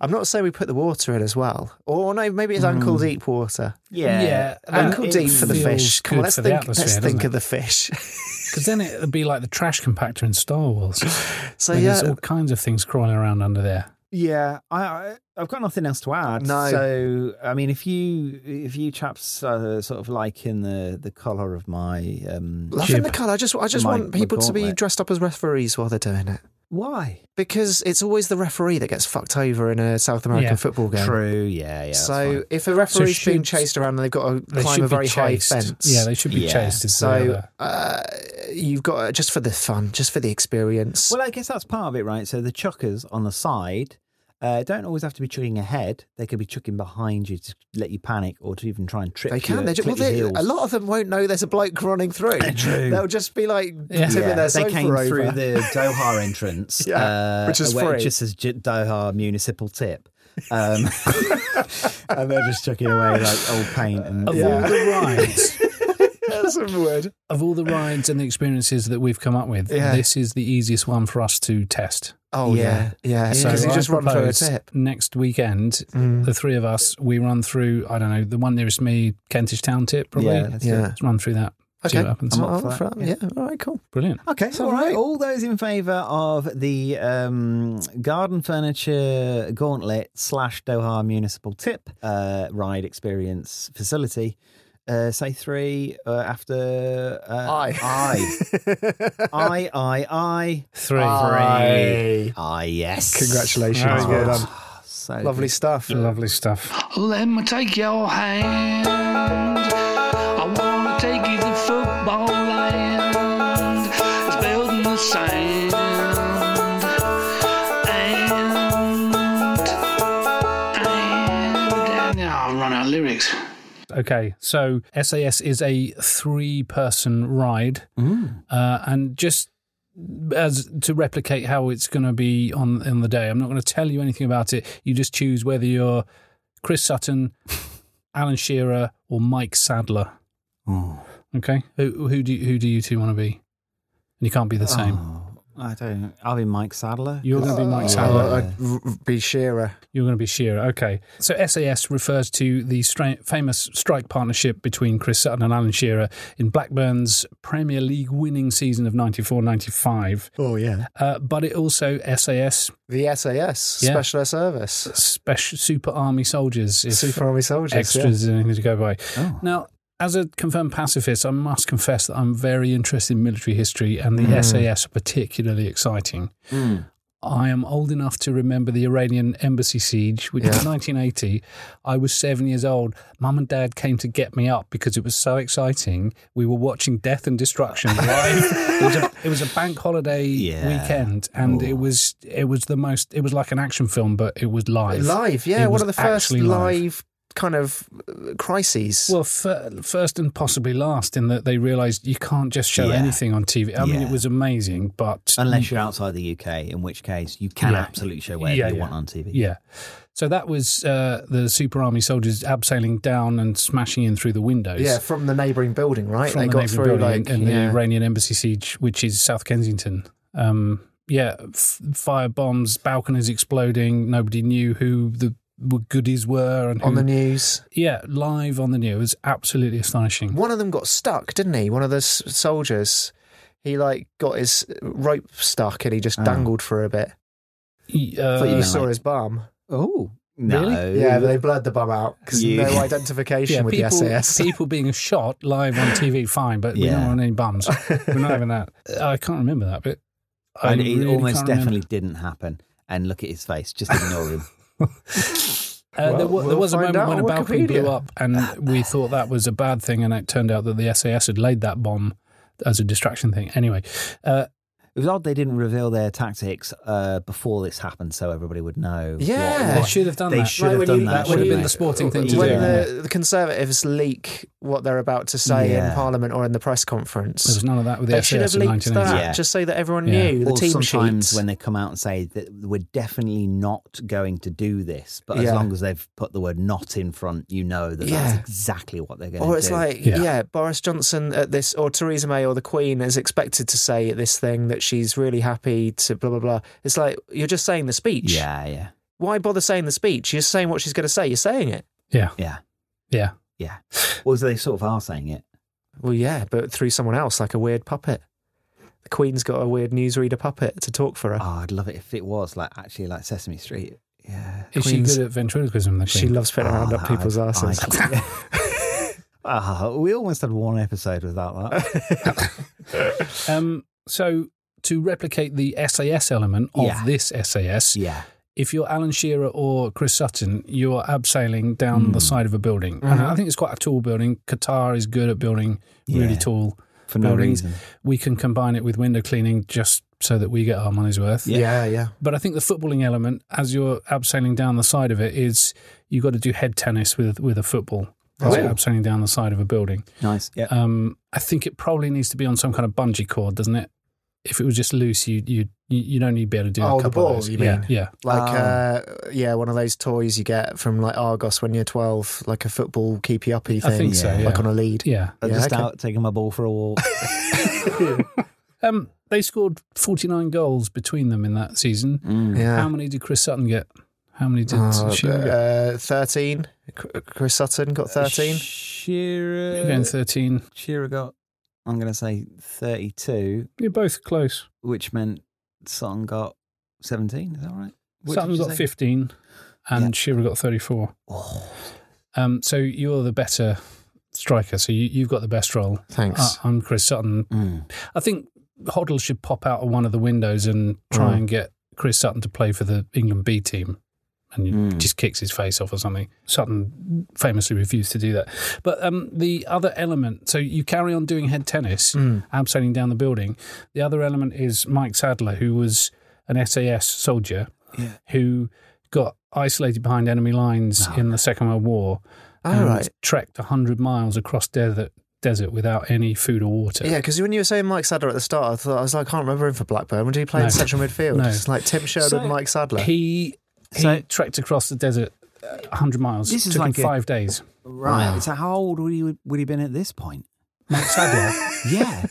A: I'm not saying we put the water in as well, or no, maybe it's ankle deep water.
C: yeah,
B: Yeah,
C: And
A: ankle
C: it
A: deep for the
B: Mm. feels
A: fish. Come
B: good
A: on, let's
B: for the
A: think. Let's
B: atmosphere,
A: think
B: doesn't
A: of the fish.
B: Because then it would be like the trash compactor in Star Wars.
A: so
B: Where
A: yeah,
B: There's all kinds of things crawling around under there.
C: Yeah, I, I I've got nothing else to add.
A: No.
C: So I mean, if you if you chaps uh, sort of like in the the colour of my um,
A: loving the
B: Jib.
A: colour. I just I just
C: My-
A: want
C: my
A: people to be
C: gauntlet.
A: dressed up as referees while they're doing it.
C: why
A: Because it's always the referee that gets fucked over in a South American
B: Yeah.
A: football game.
C: True. Yeah. Yeah. that's
A: so
C: fine.
A: if a referee's being
B: should-
A: chased around and they've got to
B: They
A: climb
B: should
A: a
B: be
A: very high
B: chased.
A: fence,
B: Yeah, they should be
C: Yeah.
B: chased. Is the
A: so
B: other-
A: uh, you've got just for the fun, just for the experience.
C: well, I guess that's part of it, right? So the chuckers on the side uh, don't always have to be chucking ahead. They could be chucking behind you to let you panic, or to even try and trip.
A: they
C: You,
A: can. They just, well,
C: clip your
A: they,
C: heels.
A: a lot of them won't know there's a bloke running through.
C: True.
A: They'll just be like
B: Yeah.
A: tipping
C: Yeah,
A: their
C: they
A: sofa
C: came
A: over.
C: through the Doha entrance,
A: Yeah,
C: uh,
A: which is
C: where
A: free.
C: It just says J- Doha Municipal Tip, um, and they're just chucking away like old paint and
B: Of all
C: yeah.
B: the rides,
A: That's some word.
B: of all the rides and the experiences that we've come up with,
A: Yeah.
B: this is the easiest one for us to test.
A: Oh yeah,
C: Yeah.
A: yeah. Because
C: So
A: you
B: I
A: just run through a
B: propose
A: tip. Mm.
B: Next weekend, the three of us, we run through, I don't know, the one nearest me, Kentish Town tip, probably.
C: Yeah, that's
A: Yeah.
C: it.
B: Let's run through that. See
A: Okay,
B: what happens.
A: I'm
C: up
A: up
C: for
A: for
C: that,
A: that. Yeah, all right, cool.
B: Brilliant.
C: Okay,
A: So
C: all right.
A: right.
C: All those in favour of the um, garden furniture gauntlet slash Doha Municipal Tip uh, ride experience facility. Uh, say three uh, after uh,
A: Aye.
C: aye. aye, aye, aye,
B: Three.
C: aye, aye. Ah, Yes, Ah,
A: Congratulations.
B: Very
A: Well
B: good.
A: done.
C: So
A: Lovely
C: good.
A: stuff.
B: Lovely stuff.
D: Let me take your hand. I wanna take you to football land. It's built in the sand. And, and, and I'll run out of lyrics.
B: Okay, so SAS is a three person ride. Uh, and just as to replicate how it's going to be on in the day. I'm not going to tell you anything about it. You just choose whether you're Chris Sutton, Alan Shearer, or Mike Sadler. Okay, who who do you, who do you two want to be? And you can't be the same.
C: Oh, I don't. know. I'll be Mike Sadler.
B: You're going to be Mike
A: So
B: Sadler.
A: I'd Oh, r- be Shearer.
B: You're going to be Shearer. Okay. So SAS refers to the stra- famous strike partnership between Chris Sutton and Alan Shearer in Blackburn's Premier League winning season of 94 95.
A: Oh yeah,
B: Uh, but it also, SAS,
A: the SAS
B: Yeah.
A: Special Air Service,
B: special, Super Army Soldiers. if-
A: Super Army Soldiers. yeah.
B: extras and anything to go by.
A: Oh.
C: Oh.
B: Now, as a confirmed pacifist, I must confess that I'm very interested in military history, and the
A: Mm.
B: SAS are particularly exciting. I am old enough to remember the Iranian embassy siege, which was 1980. I was seven years old. Mum and Dad came to get me up because it was so exciting. We were watching Death and Destruction live. it, was a, it was a bank holiday
C: Yeah.
B: weekend, and it was it was the most. It was like an action film, but it was live.
A: Live, yeah,
B: It
A: one
B: was
A: of the first
B: actually
A: live. kind of uh, crises.
B: Well, fir- first and possibly last, in that they realised you can't just show
C: Yeah.
B: anything on TV. I mean,
C: Yeah.
B: it was amazing, but
C: Unless you're outside the UK, in which case you can
B: Yeah.
C: absolutely show whatever
B: Yeah,
C: you
B: yeah.
C: want on TV.
B: yeah. So that was uh, the Super Army soldiers abseiling down and smashing in through the windows.
A: yeah, from the neighbouring building, right?
B: from
A: they
B: the
A: got
B: neighbouring
A: through
B: building
A: like
B: and
A: yeah.
B: the Iranian embassy siege, which is South Kensington. Um, yeah, f- fire bombs, balconies exploding. Nobody knew who the goodies were and who,
A: on the news.
B: yeah, live on the news. It was absolutely astonishing.
A: One of them got stuck, didn't he? One of the s- soldiers, he like got his rope stuck and he just
C: Oh.
A: dangled for a bit.
B: Y-
A: I thought you
B: uh,
A: saw his bum.
C: Oh no.
A: Yeah, they blurred the bum out because
C: You-
A: no identification with
B: people,
A: the SAS.
B: people being shot live on TV, fine, but we
C: Yeah.
B: don't want any bums. We're not having that. I can't remember that bit. I
C: and it
B: really
C: almost
B: can't remember.
C: definitely didn't happen. And look at his face. Just ignore him.
B: Uh, there, wa-
A: Well,
B: there was a
A: we'll
B: moment
A: find
B: when a
A: out on
B: balcony blew
A: Wikipedia.
B: up, and we thought that was a bad thing, and it turned out that the SAS had laid that bomb as a distraction thing. Anyway, uh,
C: It was odd they didn't reveal their tactics uh, before this happened, so everybody would know.
A: Yeah.
B: they should have done
C: They
B: that.
C: should have done that.
B: That would have been the
C: shouldn't they?
B: sporting thing to
A: when
B: do.
A: the, the Conservatives leak what they're about to say
C: Yeah.
A: in Parliament or in the press conference,
B: There was none of that with the
A: they should have
B: SAS in
A: leaked
B: 1980.
A: that
C: Yeah.
A: just so that everyone
B: Yeah.
A: knew the
C: or
A: team
C: sometimes
A: sheets.
C: when they come out and say that we're definitely not going to do this, but as
A: Yeah.
C: long as they've put the word "not" in front, you know that
A: Yeah.
C: that's exactly what they're going to do.
A: Or it's like,
B: Yeah.
A: yeah. Boris Johnson at this, or Theresa May or the Queen is expected to say at this thing that she's really happy to blah, blah, blah. It's like, you're just saying the speech.
C: yeah, yeah,
A: Why bother saying the speech? You're saying what she's going to say. You're saying it.
B: Yeah,
C: yeah,
B: yeah.
C: yeah. Or they sort of are saying it.
A: Well, yeah, but through someone else, like a weird puppet. The Queen's got a weird newsreader puppet to talk for her.
C: Oh, I'd love it if it was like actually like Sesame Street. Oh, Yeah,
B: Is
A: Queens-
B: she good at ventriloquism? The
A: she
B: Queen?
A: loves putting her hand up people's asses.
C: Ah, we almost had one episode without that.
B: Um, so to replicate the SAS element of
C: Yeah.
B: this SAS,
C: yeah,
B: if you're Alan Shearer or Chris Sutton, you're abseiling down
A: Hmm.
B: the side of a building. And
A: Uh-huh.
B: I think it's quite a tall building. Qatar is good at building really
C: Yeah.
B: tall
C: for no
B: buildings.
C: reason.
B: We can combine it with window cleaning just so that we get our money's worth.
A: yeah, yeah.
B: But I think the footballing element, as you're abseiling down the side of it, is you've got to do head tennis with, with a football.
A: Oh,
B: As you're abseiling down the side of a building.
C: Nice. Uh, Yeah.
B: Um, I think it probably needs to be on some kind of bungee cord, doesn't it? If it was just loose, you you you'd only be able to do
A: Oh,
B: a
A: the
B: couple
A: ball,
B: of those.
A: you
B: yeah,
A: mean?
B: yeah,
C: Ah.
A: Like, uh, yeah, one of those toys you get from like Argos when you're 12, like a football keepy uppy
B: I
A: thing.
B: think so,
A: Like
B: yeah.
A: on a lead.
B: yeah.
C: I'm
A: Yeah,
C: just
A: okay.
C: out taking my ball for a walk.
B: Um, they scored 49 goals between them in that season.
C: Mm.
A: Yeah.
B: How many did Chris Sutton get? How many did
A: Oh,
B: she get?
A: uh, 13. C- Chris Sutton
C: Uh,
A: got 13.
B: You're
C: Shearer.
B: going 13.
C: Shearer got, I'm going to say 32,
B: You're both close.
C: which meant Sutton got 17. Is that right? What
B: Sutton
C: did you
B: got
C: say?
B: 15 and
C: Yeah. Oh.
B: Shearer got 34. Um, so you're the better striker. So you, you've got the best role.
A: Thanks.
C: uh,
B: I- I'm Chris Sutton.
C: Mm.
B: I think Hoddle should pop out of one of the windows and try
A: Mm.
B: and get Chris Sutton to play for the England B team. And he
C: Mm.
B: just kicks his face off or something. Sutton famously refused to do that. But um, the other element, so you carry on doing head tennis,
A: Mm.
B: abseiling down the building. The other element is Mike Sadler, who was an SAS soldier who got isolated behind enemy lines in the Second World War
A: Ah. All
C: um,
B: and
A: right.
B: trekked 100 miles across desert, desert without any food or water.
A: Yeah, because when you were saying Mike Sadler at the start, I thought I was like, I can't remember him for Blackburn. When did he play
B: No.
A: in central midfield?
B: No.
A: It's like Tim Sherwood,
C: So,
A: Mike Sadler.
B: He he
C: So-
B: trekked across the desert uh, 100 miles.
C: This is
B: Took
C: like a-
B: him five days.
C: Right. So how old would he would he been at this point?
B: Mike Sadler.
C: Yeah.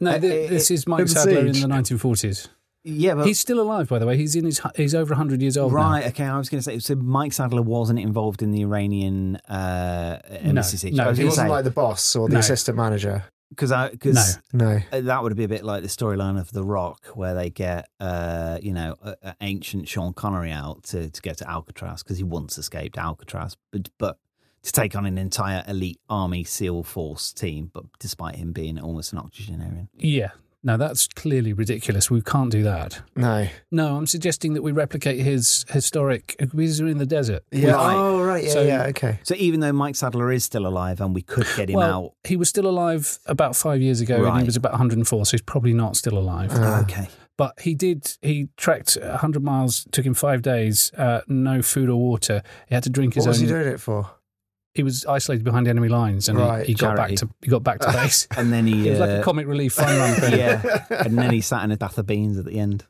B: no,
C: Uh,
B: thi-
C: uh,
B: this is Mike
A: Hidden
B: Sadler in
A: Siege.
B: the 1940s.
C: yeah, but
B: he's still alive, by the way. He's in his hu- he's over 100 years old. now.
C: right. Okay, I was going to say. So Mike Sadler wasn't involved in the Iranian uh, embassy
B: no,
C: situation. I was
A: he
B: he
C: gonna
A: wasn't
C: say,
A: like the boss or the
B: No.
A: assistant manager.
C: because I because
A: No.
C: Uh, that would be a bit like the storyline of The Rock, where they get, uh, you know, a, a ancient Sean Connery out to, to get to Alcatraz because he once escaped Alcatraz, but, but to take on an entire elite army SEAL force team, but despite him being almost an octogenarian.
B: Yeah. No, that's clearly ridiculous. We can't do that.
A: No.
B: No, I'm suggesting that we replicate his historic. These are in the desert.
A: Yeah.
C: Right.
A: Oh, right. Yeah,
B: So-
A: yeah. Okay.
C: So even though Mike Sadler is still alive and we could get him
B: well, he was still alive about five years ago, and
C: Right.
B: he was about 104, so he's probably not still alive.
A: Uh,
C: out, okay,
B: But he did. He trekked 100 miles. Took him five days. Uh, no food or water. He had to drink his
A: What was
B: own.
A: he doing it for?
B: he was isolated behind enemy lines, and he-
A: Right,
B: he, got
C: charity.
B: back to he got back to base.
C: and then he
B: It was like
C: uh,
B: a comic relief fun run. thing.
C: yeah, and then he sat in a bath of beans at the end.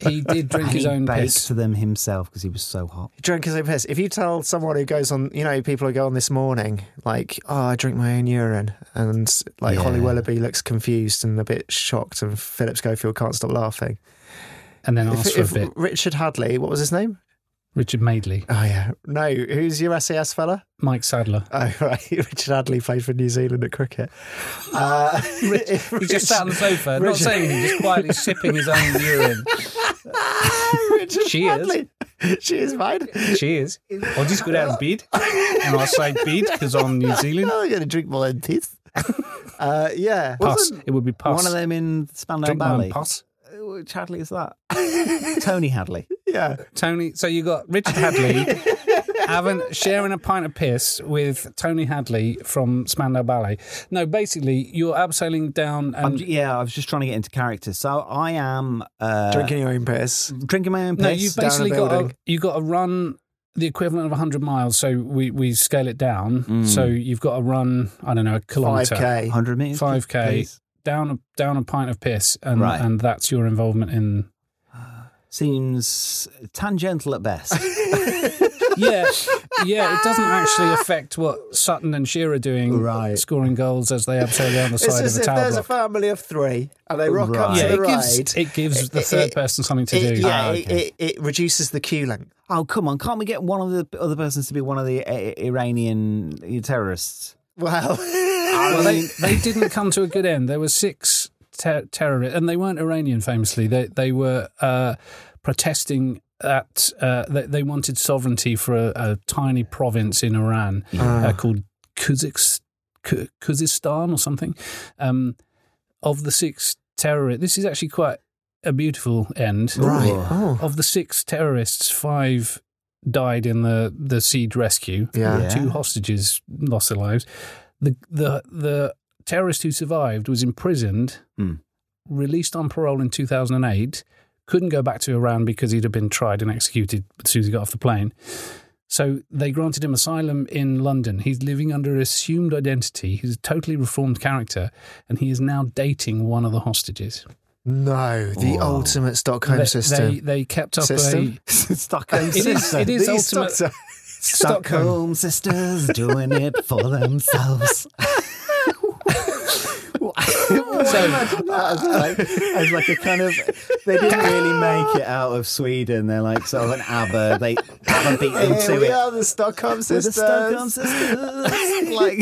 B: He did drink
C: and
B: his
C: he
B: own
C: baked
B: piss.
C: to them himself because he was so hot.
A: He drank his own piss. If you tell someone who goes on, you know, people who go on this morning, like, oh, I drink my own urine, and like Holly
C: Yeah.
A: Willoughby looks confused and a bit shocked, and Philip Schofield can't stop laughing.
B: and then asked
A: If,
B: for
A: if
B: a bit.
A: Richard Hadley, what was his name?
B: Richard Madeley,
A: Oh yeah, no, who's your SAS fella?
B: Mike Sadler.
A: Oh right, Richard Hadley played for New Zealand at cricket. Uh, if
B: He just sat on the
A: Richard-
B: sofa, not
A: Richard-
B: saying anything, just quietly sipping his own urine.
A: Richard
B: Cheers.
A: Hadley. Cheers, mate.
B: Cheers. I'll just go down and bid. And I'll say bid because I'm New Zealand.
A: I'm going to Oh, drink my own piss. Uh, yeah,
B: Pass.
A: Wasn't-
B: It would be pass.
C: One of them in Spandau
B: Drink my own
C: Valley.
B: pass.
C: Uh, Which Hadley is that? Tony Hadley.
A: yeah.
B: Tony, so you got Richard Hadley having sharing a pint of piss with Tony Hadley from Spandau Ballet. No, basically you're abseiling down
C: I'm,
B: and
C: j- yeah, I was just trying to get into character. So I am uh,
A: Drinking your own piss.
C: drinking my own piss.
B: no, you've
A: down a
B: basically got a,
A: building.
B: you got to run the equivalent of 100 miles. So we, we scale it down.
A: Mm.
B: So you've got to run I don't know a kilometer.
A: 5K.
C: 100 meters.
B: 5K.
C: please.
B: down a down a pint of piss, and
C: Right.
B: and that's your involvement in.
C: Seems tangential at best.
B: Yeah, yeah. It doesn't actually affect what Sutton and Shearer are doing,
C: Right.
B: Scoring goals as they abseil down the
A: It's
B: side of
A: as
B: the
A: if
B: tower
A: there's
B: block.
A: a family of three and they rock up
C: Right.
A: to
B: yeah,
A: the
B: it gives
A: ride.
B: it gives the
A: It-
B: third
A: it-
B: person something to
A: it-
B: do.
A: Yeah,
C: Ah,
A: it-
C: okay.
A: it, it reduces the queue length.
C: oh, come on. Can't we get one of the other persons to be one of the uh, Iranian terrorists?
A: Wow.
B: Well, they they didn't come to a good end. There were six ter- terrorists, and they weren't Iranian. Famously, they they were uh, protesting. At uh, they, they wanted sovereignty for a, a tiny province in Iran
A: Ah.
B: uh, called Kuziks, Ku- Kuzistan or something. Um, of the six terrorists, this is actually quite a beautiful end.
A: right. Oh.
B: Of the six terrorists, five died in the, the siege rescue
A: Yeah.
C: Yeah.
B: two hostages lost their lives. The the the terrorist who survived was imprisoned,
C: Hmm.
B: released on parole in 2008, couldn't go back to Iran because he'd have been tried and executed as soon as he got off the plane. So they granted him asylum in London. He's living under assumed identity. He's a totally reformed character, and he is now dating one of the hostages.
A: No, the
C: Wow.
A: ultimate Stockholm
B: they,
A: system.
B: They, they kept up
A: System?
C: Stockholm
B: It is-
C: sisters.
B: it is
C: These
B: ultimate-
C: Stock-
B: Stockholm.
C: Stockholm sisters doing it for themselves.
A: so,
C: That was like, it was like a kind of. They didn't really make it out of Sweden. They're like sort of an ABBA. They ABBA beat them
A: here
C: to
A: we
C: it.
A: are, the Stockholm
C: With the
A: sisters.
C: Stockholm sisters. like,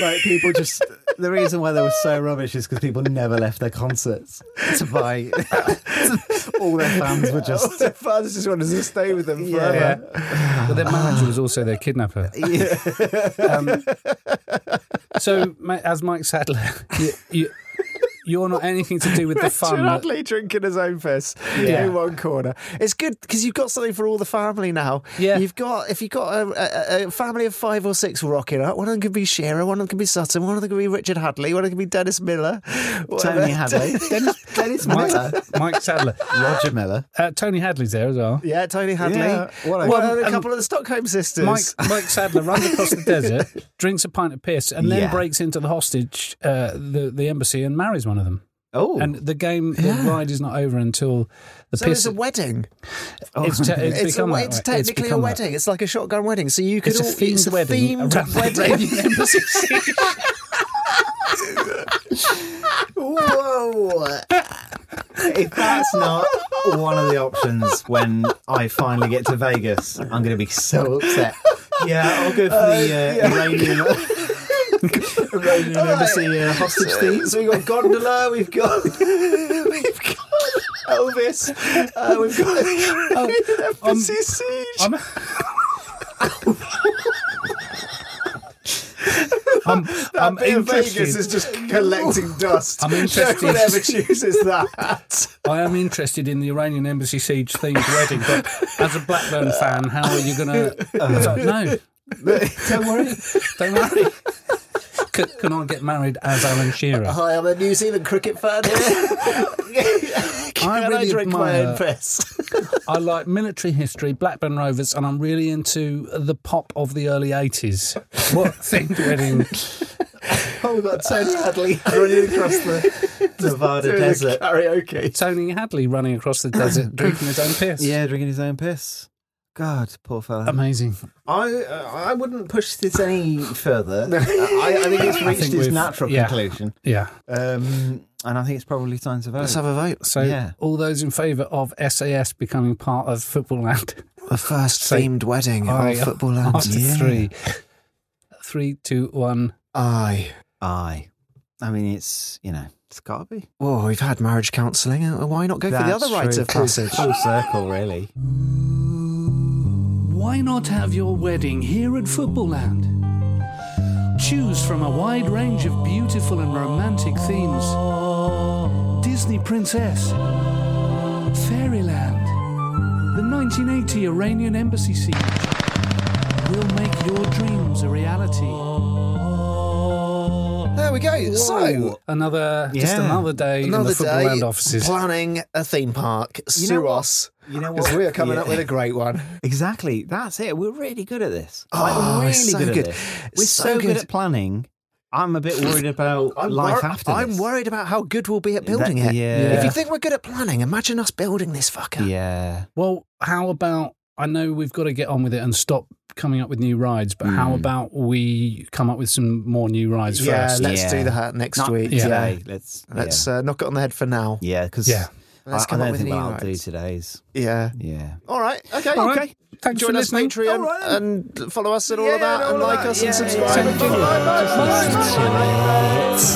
C: like people just. The reason why they were so rubbish is because people never left their concerts to buy. All their fans were just.
A: Their fathers just wanted to stay with them
C: Yeah.
A: forever.
B: But their manager was also their kidnapper. Um, so, ma- as Mike Sadler, you, you, You're not anything to do with the fun.
A: Richard
B: that-
A: Hadley drinking his own piss
B: Yeah.
A: in one corner. It's good because you've got something for all the family now.
B: Yeah.
A: You've got, if you've got a, a, a family of five or six rocking up, one of them could be Shearer, one of them could be Sutton, one of them could be Richard Hadley, one of them could be Dennis Miller. whatever.
C: Tony Hadley, Dennis, Dennis Miller,
B: Mike, Mike Sadler.
C: Roger Miller.
B: Uh, Tony Hadley's there as well.
A: Yeah, Tony Hadley.
C: Yeah, what a-
A: One- a
B: Um,
A: couple of the Stockholm sisters.
B: Mike, Mike Sadler runs across the desert, drinks a pint of piss, and then
C: Yeah.
B: breaks into the hostage, uh, the, the embassy, and marries one of them.
C: Oh,
B: And the game, the ride is not over until the
A: so
B: piss.
A: it's a wedding.
B: it's, te- it's,
A: It's, a-
B: become that
A: it's
B: way.
A: technically a
B: become that.
A: wedding. It's like a shotgun wedding. So you could
B: It's a
A: all,
B: themed
A: it's a
B: wedding.
A: themed
B: around the
A: wedding.
B: Iranian embassy.
C: Whoa! if that's not one of the options when I finally get to Vegas, I'm going to be so upset. Yeah, I'll go for the uh, Iranian. Iranian embassy uh, hostage thing. So we've got gondola, we've got we've got Elvis, uh, we've got
B: I'm-
A: Embassy siege.
B: I'm, I'm,
A: That
B: I'm
A: bit of Vegas
B: interested-
A: is just collecting dust.
B: I'm interested.
A: No one ever chooses that.
B: I am interested in the Iranian embassy siege themed wedding, but as a Blackburn fan, how are you going to? no,
C: Don't worry.
B: don't worry. Can, can I get married as Alan Shearer?
A: Hi, I'm a New Zealand cricket fan here. Can I,
B: really
A: drink my own
B: admire-
A: piss?
B: I like military history, Blackburn Rovers, and I'm really into the pop of the early 80s. What themed wedding?
C: Oh, we've got Tony Hadley
A: Running across the
C: Nevada
A: through the
C: desert.
A: karaoke.
B: Tony Hadley running across the desert drinking his own piss.
C: Yeah, drinking his own piss. God, poor fella.
B: Amazing.
C: I uh, I wouldn't push this any further. I, I think it's reached
B: think
C: its
B: we've-
C: natural
B: yeah.
C: conclusion,
B: Yeah.
C: um, and I think it's probably time to vote.
A: Let's have a vote.
B: So,
C: Yeah.
B: all those in favour of SAS becoming part of Football Land?
A: The first
B: So-
A: themed wedding
B: Aye.
A: on Oh, Football Land.
B: Oh, uh, After three. Three, two, one.
A: Aye.
C: Aye. I mean, it's you know, it's got to be.
A: Well, we've had marriage counselling. uh, Why not go for the
C: That's
A: other rites
C: true.
A: of passage?
C: Full circle, really.
B: Why not have your wedding here at Football Land? Choose from a wide range of beautiful and romantic themes Disney Princess, Fairyland, the 1980 Iranian Embassy Siege. We'll make your dreams a reality.
A: There we go. So.
C: Whoa.
B: Another, just
C: Yeah.
B: another day in
A: Another
B: the Football
A: day
B: Land offices.
A: planning a theme park.
C: You
A: Sue
C: know what?
A: us.
C: You know
A: Because
C: what?
A: we are coming up
C: Yeah.
A: with a great one.
C: Exactly. That's it. We're really good at this.
A: Oh,
C: Like, we're
A: we're
C: really
A: so
C: good,
A: good.
C: at this. We're
A: So
C: so,
A: good.
C: good at planning. I'm a bit worried about life
A: wor-
C: after.
A: I'm
C: this.
A: worried about how good we'll be at building
C: That-
A: it.
C: yeah.
A: If you think we're good at planning, imagine us building this fucker.
C: Yeah.
B: Well, how about I know we've got to get on with it and stop coming up with new rides, but how about we come up with some more new rides
A: Yeah,
B: first?
A: let's
C: Yeah.
A: do that next
C: Not
A: week.
B: Yeah.
C: today. Let's
A: Let's uh, knock it on the head for now.
C: Yeah, because
B: Yeah.
A: Let's
C: I,
A: come
C: I
A: up
C: don't
A: with
C: think
A: new
C: I'll do
A: rights.
C: today's.
A: Yeah.
C: Yeah.
A: All right. Okay.
B: All right. Thanks
A: Join
B: for
A: us
B: listening.
A: Patreon
C: All right.
A: and follow us and all of
C: Yeah,
A: that,
C: and all
A: and
C: of
A: like
C: that.
A: us
C: Yeah,
A: and
C: yeah,
A: subscribe.
C: yeah.
A: and follow
B: Bye, bye,
A: us.
B: bye, bye, bye.